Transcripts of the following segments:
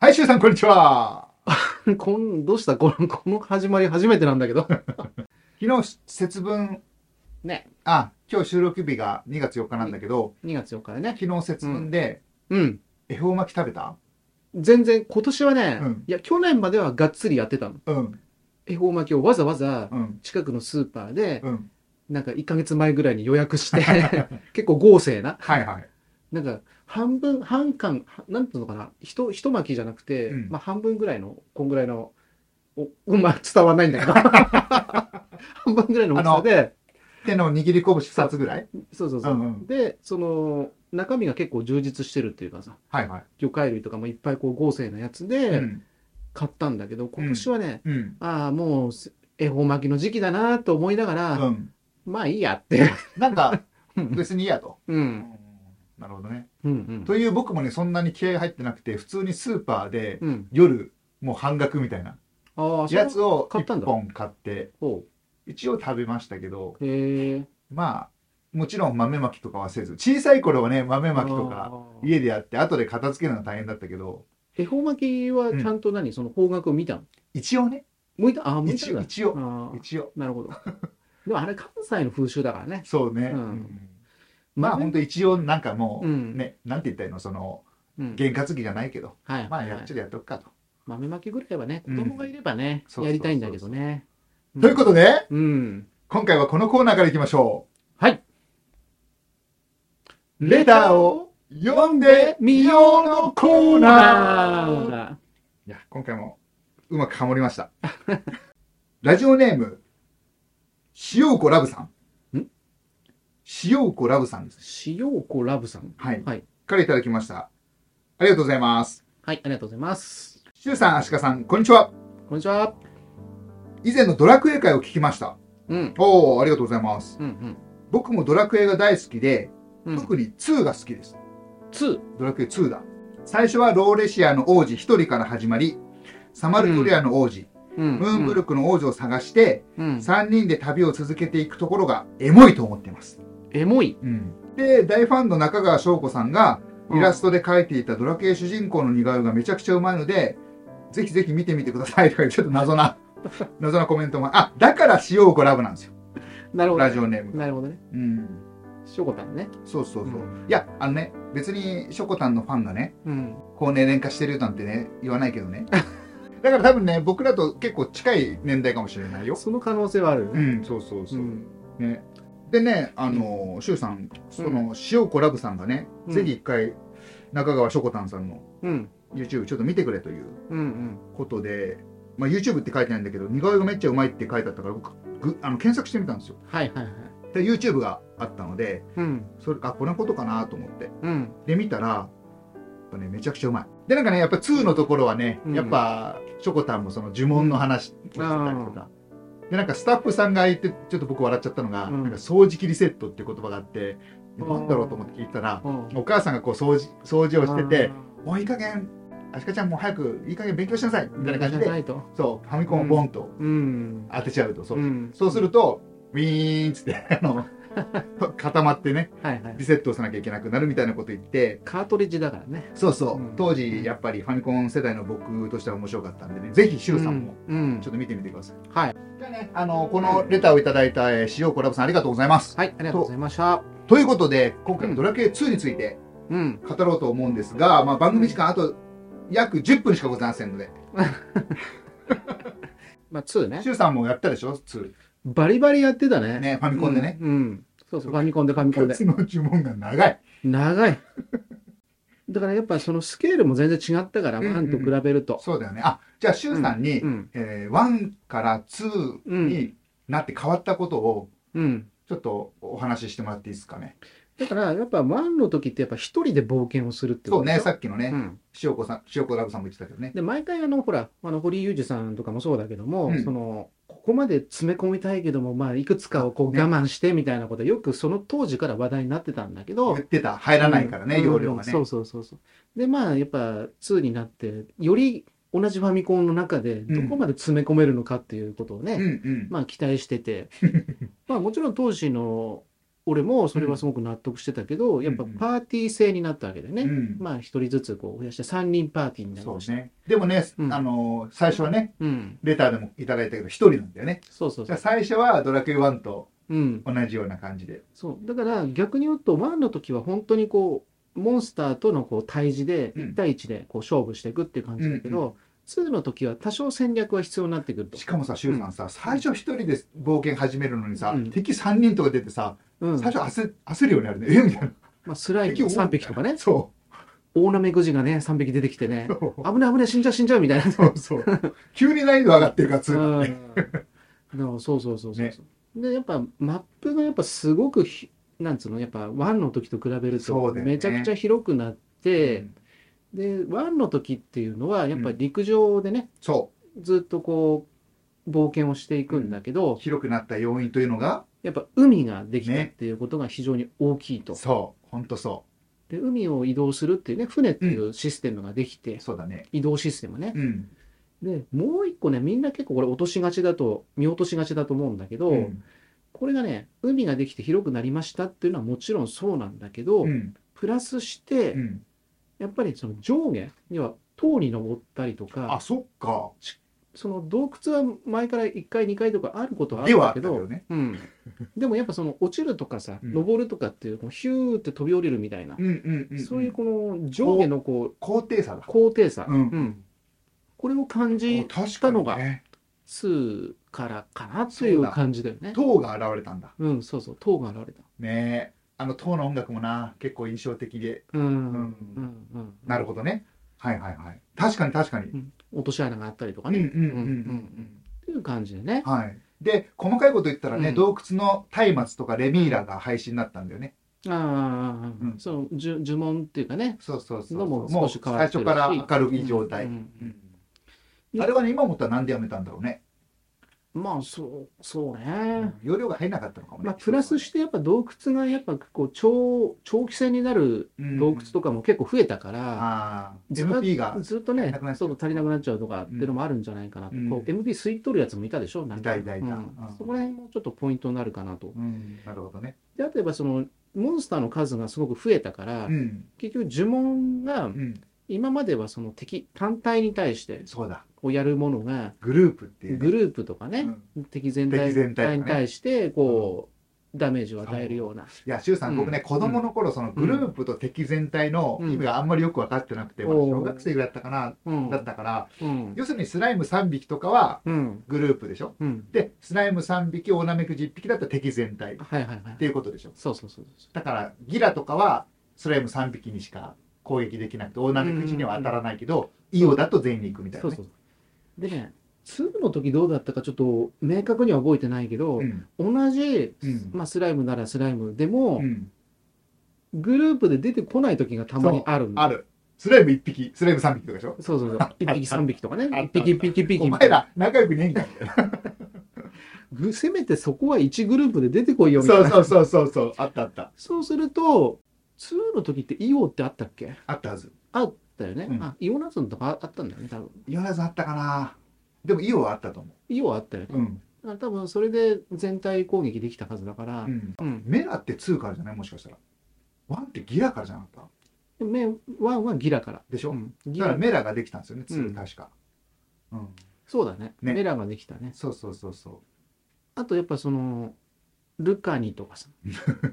はい、しゅうさん、こんにちは。 こん、どうしたこの、この始まり初めてなんだけど。昨日、節分、ね。あ、今日収録日が2月4日なんだけど、 2月4日だね。昨日節分で、うん。恵方巻き食べた全然、今年はね、うんいや、去年まではがっつりやってたの。うん、恵方巻きをわざわざう、ん、近くのスーパーで、うん。なんか1ヶ月前ぐらいに予 約して、結構豪勢な。はいはい。なんか、半分、半缶、はなんていうのかな、ひと、ひと巻きじゃなくて、うんまあ半分ぐらいの、こんぐらいの、お、うん、まあ伝わんない んだけど。半分ぐらいの大きさで、手の握り拳2つぐらいそうそううそう。ん、うん。で、その、中身が結構充実してるっていうかさ、はいはい。魚介類とかもいっぱいこう豪勢なやつうでん、買ったんだけど、今年はね、うん、ああ、もうせ恵方巻きの時期だなと思いながら、うん。まあいいやって。 なんか、うん別にいいやと。う。うんんなるほどね。うん。という僕もね、そんなに気合入ってなくて、普通にスーパーでうん。夜、もう半額みたいなああ、やそうつを買ったん1だ本買って、ほ一応食べましたけど、う。へえ。まあ、もちろん豆まきとかはせず、小さい頃はね、豆まきとか、あー。家でやって後で片付けるの大変だったけど恵方巻きはちゃんと何、その方角を見たの一応ね向いたああ、向い一た応んだ。一応ああ、一応なるほど。でもあれ関西の風習だからね。そうね、うんうん まあ本当一応なんかもうう、ん。。ねなんて言ったらいいのそのうん。験担ぎじゃないけど、はいはい。まあやっちゃでやっとくかと、豆まきぐらいはね、う子ん供がいればね、そうそうそうそうやりたいんだけどね。ということでとうん。今回はこのコーナーからいきましょはい。うレターを読んでみようのコーナーあいや今回もうまくハモりました ラジオネーム塩子ラブさんん塩子ラブさんですー塩子ラブさん。はいはい。からいただきましたありがとうございますはい、ありがとうございます。シュウさん、アシカさん、こんにちは。こんにちは。以前のドラクエ会を聞きました。うん。おー、ありがとうございます。うん僕もドラクエが大好きで、うん。うん。特に2が好きです。 2。ドラクエ2だ。最初はローレシアの王子1人から始まり、サマルトリアの王子、うんムーンブルクの王女を探して、うん。 3人で旅を続けていくところがエモいと思っています。エモい。うん。で、大ファンの中川翔子さんが、イラストで描いていたドラクエ主人公の似顔絵がめちゃくちゃうまいので、ぜひぜひ見てみてくださいとかいうちょっと謎 な、謎なコメントも。あ、だから塩をラブなんですよ。なるほどラ。ジオネームが。なるほどね。うん。しょこたんね。そうそうそう。うんいや、あのね、別にしょこたんのファンがね、うん。高年齢化してるなんてね、言わないけど ね。だから多分ね、僕らと結構近い年代かもしれないよ。その可能性はあるようね。ん、そうそうそう。ん。ね、でね、あのー、シュウさん、その、塩コラブさんがね、うんぜひ一回、中川しょこたんさんのうん。 YouTube ちょっと見てくれといううん。うん。ことで、まあ、YouTube って書いてないんだけど、似顔絵がめっちゃうまいって書いてあったから、僕、ぐあの検索してみたんですよ。はいはいはい。で、YouTube があったので、うん。それ、あ、こんなことかなと思って。うん。で、見たら、やっぱね、めちゃくちゃうまい。で、なんかね、やっぱ2のところはね、うんやっぱ、しょこたんもその呪文の話をしてたりとか。で、なんかスタッフさんが言って、ちょっと僕笑っちゃったのが、うんなんか掃除機リセットっていう言葉があって、うんなんだろうと思って聞いたら、うんお母さんがこう掃除、掃除をしてて、、もういい加減、アシカちゃんもう早く、いい加減勉強しなさいみたいな感じじゃなで、いと。そう、ファミコンをボンとうん。当てちゃうと、そう。んそうすると、ウィーンっつって、あの、固まってね、はいはいリ。セットをさなきゃいけなくなるみたいなこと言って、カートリッジだからね。そうそう、うん当時やっぱりファミコン世代の僕としては面白かったんでねぜひシュウさんもうん。うんちょっと見てみてください、はい。じゃあねあのこのレターをいただいたえー塩コラボさんありがとうございます、はい、ありがとうございました。ということで今回うのんドラクエ2についてうん。語ろうと思うんですが、まあ、番組時間あと約10分しかございませんのでまあ、2ねシ。ュウさんもやったでしょ2バリバリやってたね。ねファミコンでね、うん。うんそうそう、ファミコンでファミコンで。の呪文が長い 長い。だからやっぱそのスケールも全然違ったから、うんうんワンと比べると。そうだよねあじゃあシュウさんに、うん。えー1から2になって変わったことをうん。ちょっとお話ししてもらっていいですかねだから、やっぱワンの時ってやっぱ一人で冒険をするってこそとうでね、しょさっきのね、うん塩子さん、塩子ラブさんも言ってたけどね。で、毎回あの、ほら、あの、堀井裕二さんとかもそうだけども、うんその、ここまで詰め込みたいけども、まあ、いくつかをこうね我慢してみたいなこと、よくその当時から話題になってたんだけど言っ、てた、入らないからね、うん容量がね。そうそうそうそう。で、まあ、やっぱ2になって、より同じファミコンの中で、どこまで詰め込めるのかっていうことをね、うんうん。まあ期待し ててまあもちろん当時の俺もそれはすごく納得してたけど、やっぱパーティー制になったわけでね、うんまあ一人ずつこう増やして3人パーティーになりそましうたね。でもね、うんあのー最初はね、うん、レターでもいただいたけど、一人なんだよね。そうそうだそからう、最初はドラクエ1とうん、同じような感じで。そうだから逆に言うと1の時は本当にこうモンスターとのこう対峙でうん1対1でこう勝負していくっていう感じだけうんど、2の時は多少戦略は必要になってくるとし、かもさ、シュウさんさ、最初一人で冒険始めるのにさ、うん敵3人とか出てさ、うん最初焦焦るようになるね。えみたいな。まあ、スライム3匹とかねそ大なめくじがね3匹出てきてね う。そう危ない危ない死んじゃう死んじゃうみたいなそう そう。急に難易度上がってるから、つううんの。 うんそうそうそうそうそねう、でやっぱマップがやっぱすごくひなんつうのやっぱ1の時と比べるそとうだよねめちゃくちゃ広くなって、で1の時っていうのはやっぱ陸上でね、そずっとこう冒険をしていくんだけど、う。広くなった要因というのが、やっぱ海ができたっていうことが非常に大きいと、そう。ほんとそで海を移動するっていうね船っていうシステムができて、う。そうだね。移動システムね、うん。でもう一個ねみんな結構これ落としがちだと見落としがちだと思うんだけど、うんこれがね、海ができて広くなりましたっていうのはもちろんそうなんだけど、うん。プラスして、うん。やっぱりその上下、要は塔に登ったりとあ、か、そっか。その洞窟は前から1回、2回とかあることはあでるんはあだったけけどど、ね。 うん、でもやっぱその落ちるとかさ、うん登るとかっていう、こうヒューって飛び降りるみたいな、うんうんうん。そういうこの上下のこう高低差だ。高低差、うんうんこれを感じ確たのがね。すからかなという感じだよね。塔が現れたんだ。うん、そうそう、塔が現れた。ねえ。あの塔の音楽もな、結構印象的で。うん、う。うん、うんん、うんなるほどね。はいはいはい。確かに確かに。落とし穴があったりとかうんうんね、うんうんうんっていう感じでねうん。。はい。で、細かいこと言ったらね、うん洞窟の松明とかレミーラが廃止になったんだよね。ああ、うんその呪呪文っていうかね、そうそうそうそのう。もも少うし変わ最ってる初しから明るい状態。ううんんうんあれはね、今思ったらなんでやめたんだろうね。まあそうそううねん、容量が入らなかったのかもね。まあ、プラスしてやっぱ洞窟がやっぱこう長長期戦になる洞窟とか。かも結構増えたから、ああ。ずっと MP がずっと足りねなくなっちゃうそう足りなくなっちゃうとかっていうのもあるんじゃないかなと、うんこう MP 吸い取るやつもいたでしょなんかいたいたいたうんうんそこら辺もちょっとポイントになるかなとうん、なるほどね。であとやっぱそのモンスターの数がすごく増えたから、うん、結局呪文がうん、今まではその敵単体に対してそうだ。こうやるものがグループっていうね、グループとかうねん敵全体敵全体とかねに対してこうダメージを与えるようないや、周さん、うん僕ね、子供の頃、そのグループと敵全体の意味があんまりよく分かってなくて、うんまだ小学生ぐらいだったかな、うんだったから、うん要するにスライム3匹とかはうんグループでしょ。うんで、スライム3匹、オーナメク1匹だったら敵全体っはいはいはいていうことでしょ。そうそうそうそだから、ギラとかはスライム3匹にしか攻撃できなくて、オーナメク1には当たらないけど、イオだと全員に行くみたういなそうねそ。うでね2の時どうだったかちょっと明確には覚えてないけど、うん同じ、うんまあ、スライムならスライムでも、うんグループで出てこない時がたまにあるんあだる。スライム1匹、スライム3匹とかでしょ。そうそうそう1匹3匹とかねあっ1た匹1匹1匹お前ら仲良くねえんかぐせめてそこは1グループで出てこいよみたそいうなそうそうそうそう、あったあった。そうすると、2の時ってイオってあったっけあったはず。あったよね。うんあ、イオナズンとかあったんだよね、多分。言わずあったかな。でも、イオはあったと思イオはあったよね。う。うん。だから多分それで全体攻撃できたはずだから、うん。メラって2からじゃないもしかしたら。1ってギラからじゃなかったでメワンはギラから。でしょ、うんギだからラメラができたんですよね、う2ん確か。うん。そうだねねメラができたね。そうそうそうそあとやっぱその、ルカニと かさ、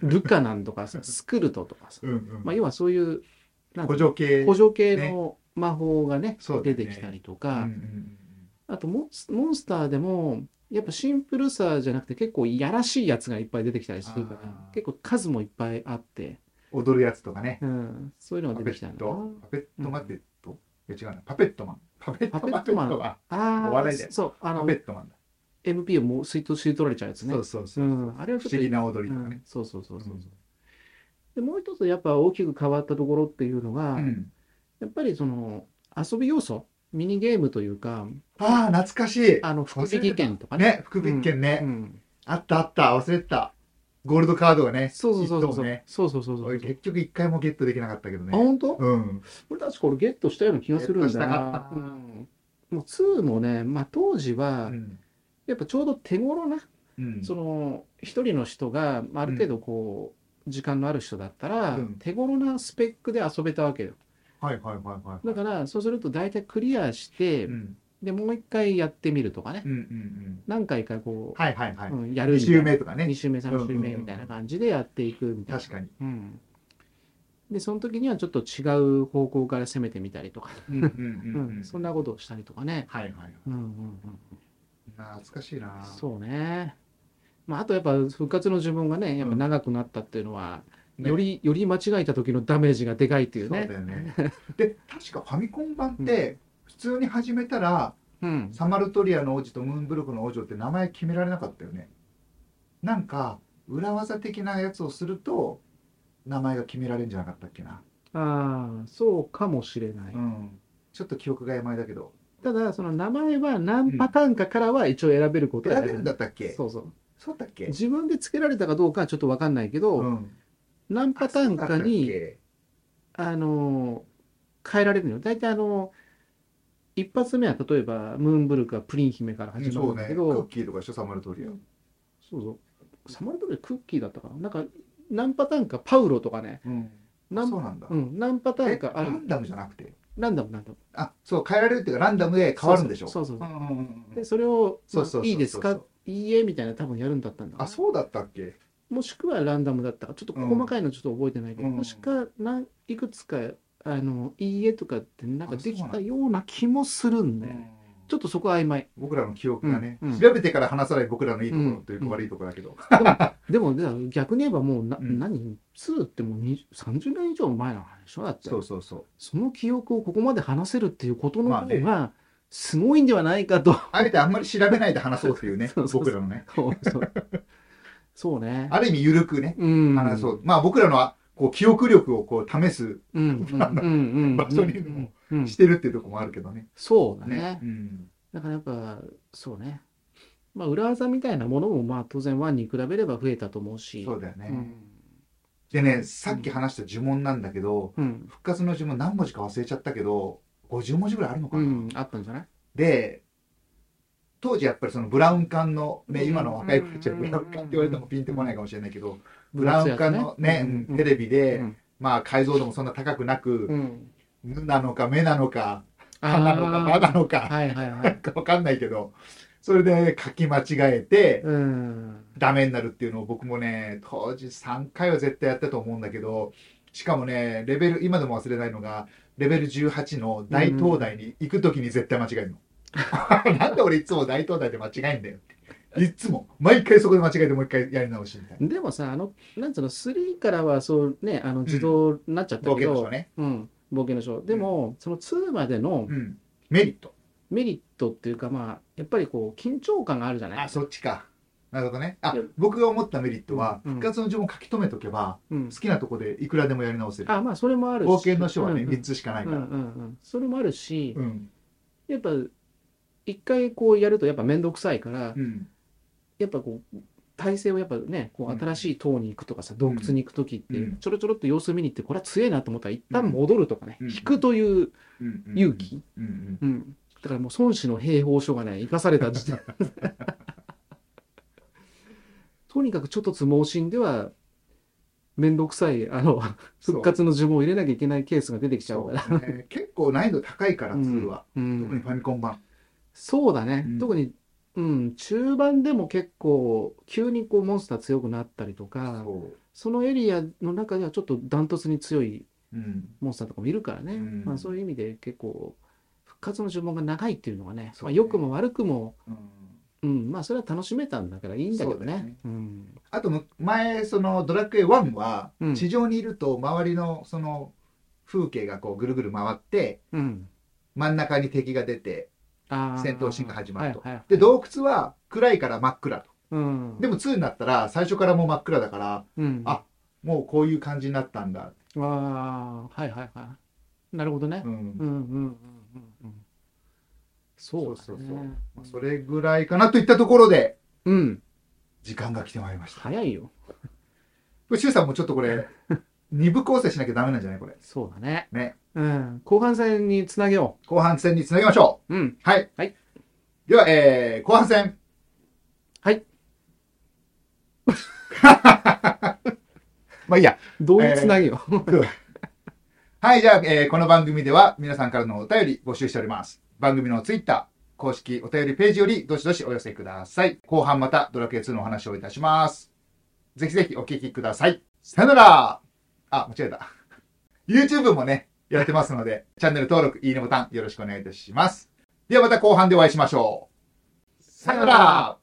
ルカナンとかさ、スクルトとかさう。、うんうん。まあ要はそういう補助系。補助系の魔法がね、そうだ出よねてきたりとうんか、うんあとモンスモンスターでもやっぱシンプルさじゃなくて結構いやらしいやつがいっぱい出てきたりするからあー結構数もいっぱいあって、うん、踊るやつとかね。うん、そういうのパがペ出てきたッんだトな。パペットマペット、いや違うな。パペットマン。パペットパペマットマンは。あおあ笑いだよそうパあのペットマンだ。 MP をもう吸い取吸い取られちゃうやつねそうそうそうう。ん、あれは不ちょっ思議とな踊りとかうねん。そうそうそうそう、うんでもう一つやっぱ大きく変わったところっていうのが、うん、やっぱりその遊び要素ミニゲームというかああ、懐かしい。あの福引き券とかねね、福引券ね、うん、あったあった、忘れてた。ゴールドカードがね、そうそうそう一そ等う、ねそうそうそうそう俺結局一回もゲットできなかったけどあね。本当、うん。俺確か俺ゲットしたような気がするんだゲットしたかなっ、たうん、もう2もね、まあ、当時うはん。やっぱちょうど手頃な、うんその一人の人がまあある程度こう、時間のある人だったら、うん手頃なスペックで遊べたわけよはいはいはいはい。だからそうすると大体クリアして、うん。でもう一回やってみるとかね、うんうんうん。何回かこう、はいはいはい。うん、やる2みたいな周目とかね2。周目3周目みたいな感じでやっていくみたいな、確かに。うん、でその時にはちょっと違う方向から攻めてみたりとか、うんうんうんううんんそんなことをしたりとかね、はいはい。うんうん懐かしいなうん、。そうね、まあ、あとやっぱ復活の自分がねやっぱ長くなったっていうのは、ねよりより間違えた時のダメージがでかいっていそううだねよね。で、確かファミコン版って、普通に始めたら、うんサマルトリアの王子とムーンブルクの王女って名前決められなかったよね。なんか、裏技的なやつをすると、名前が決められるんじゃなかったっけな。ああそうかもしれない、うん。ちょっと記憶が曖昧だけど。ただその名前は何パターンかからは一応選べることは選べるんだったっけそうそうそうだっけ自分でつけられたかどうかはちょっと分かんないけど、ん。何パターンそうだかにったっけあの変えられるのよ大体あの一発目は例えばムーンブルクはプリン姫から始まそるうんねだ。クけど、ッキーとかでしょ、サマルトリア。そうそうサマルトリアクッキーだったかななんか何パターンかパウロとかねうん。何そうなんだ。うん、何パターえンかあラるンダムじゃなくて。ランダムランダムあ、そう、変えられるっていうか、ランダムで変わるんでしょ。そうそううそうんうんうんうでん。それをそうそうそうそうまあいいですかいいえみたいな多分やるんだったんだあ、そうだったっけうもしくはランダムだったかちょっと細かいのちょっと覚えてないけど、うんもしかなんいくつかあのいいえとかってなんかできたような気もするんだよねちょっとそこは曖昧僕らの記憶がね、うんうん調べてから話さない僕らのいいところというかうん悪いところだけど、でもでも逆に言えばもうな、うん何2ってもう20 30年以上前の話でしょだってそうそうそうその記憶をここまで話せるっていうことのまあ方ねがすごいんではないかと、 あえてあんまり調べないで話そうっていうねそうそうそ僕うらのねそうそうねある意味緩くねうん話そう、まあ僕らのこう記憶力をこう試すうんうんうん うん場所にもうんうんしてるっていうところもあるけどねそうだねねうんだからやっぱそうねまあ裏技みたいなものもまあ当然1に比べれば増えたと思うしそうだよね、うんでねさっき話した呪文なんだけど、うん、復活の呪文何文字か忘れちゃったけど50文字ぐらいあるのかうな、ん、あったんじゃないで当時やっぱりそのブラウン管のねうん今の若い子たちはうんブラウン管って言われてもピンとこないかもしれないけどブラウン管のねうんうんテレビで、うんまあ解像度もそんな高くなくう、ん、ぬなのか目なのかあ歯なのかー歯なのか、はいはいはないん。かわかんないけどそれで書き間違えてうん。ダメになるっていうのを僕もね当時3回は絶対やったと思うんだけどしかもねレベル今でも忘れないのがレベル18の大東大に行く時に絶対間違え るの、なんで俺いつも大東大で間違えんだよっていつも毎回そこで間違えてもう一回やり直しみたいなでもさ、あの、なんつうの、3からはそうね、あの自動になっちゃったボけケのど人、ねうん、冒険の章。でも、その2までのうんメリットメリットっていうか、まあ、やっぱりこう、緊張感があるじゃなあいそっちかなるほどねあいや僕が思ったメリットはうん復活の呪文書き留めとけばうん好。きなとこでいくらでもやり直せるあ、まあ、それもあるし。冒険の書はねうん3つしかないうんかうらんうん。それもあるし、うんやっぱ、一回こうやるとやっぱめんどくさいからう、んやっぱこう、体勢をやっぱね、こうんう新しい塔に行くとかさ、洞窟に行くときってうん、ちょろちょろっと様子見に行って、これは強いなと思ったら、一旦戻るとかね、うん引くといううんうん勇気、うんうんうん、だからもう孫子の兵法書がね生かされた時点 とにかくちょっとつ盲信では面倒くさいあのそう復活の呪文を入れなきゃいけないケースが出てきちゃうから、そうね結構難易度高いからうん2は、う特にん、ファミコン版そうだね、うん特に、うん、中盤でも結構急にこうモンスター強くなったりとかそ、そのエリアの中ではちょっとダントツに強いううん、モンスターとかもいるからね、うんまあ、そういう意味で結構復活の呪文が長いっていうのがねそまうあ、ね良くも悪くもうんうん、まあそれは楽しめたんだからいいんだけどそうだよねね。うんあとむ前そのドラクエ1はうん地上にいると周りのその風景がこうぐるぐる回ってうん真ん中に敵が出てあー戦闘シーンが始まるとはいはいで洞窟は暗いから真っ暗とうんでも2になったら最初からもう真っ暗だからうんあもうこういう感じになったんだ、ああ、はいはいはい。なるほどねう。んうんうんうんうんうん。そうだそうそうそうね。まあそれぐらいかなといったところでうん。時間が来てまいりました早いよ。これ周さんもちょっとこれ 二部構成しなきゃダメなんじゃないこれそうだね。ねうん。後半戦につなげよ後半戦につなげましょうう。うん。はい。はいでは、えー、後半戦。はい。 まあいいや。どういうつなげよう。はい、じゃあ、えーこの番組では皆さんからのお便り募集しております。番組のツイッター、公式お便りページよりどしどしお寄せください。後半またドラクエ2のお話をいたします。ぜひぜひお聞きください。さよならあ、間違えた。YouTube もね、やってますので、チャンネル登録、いいねボタンよろしくお願いいたします。ではまた後半でお会いしましょう。さよなら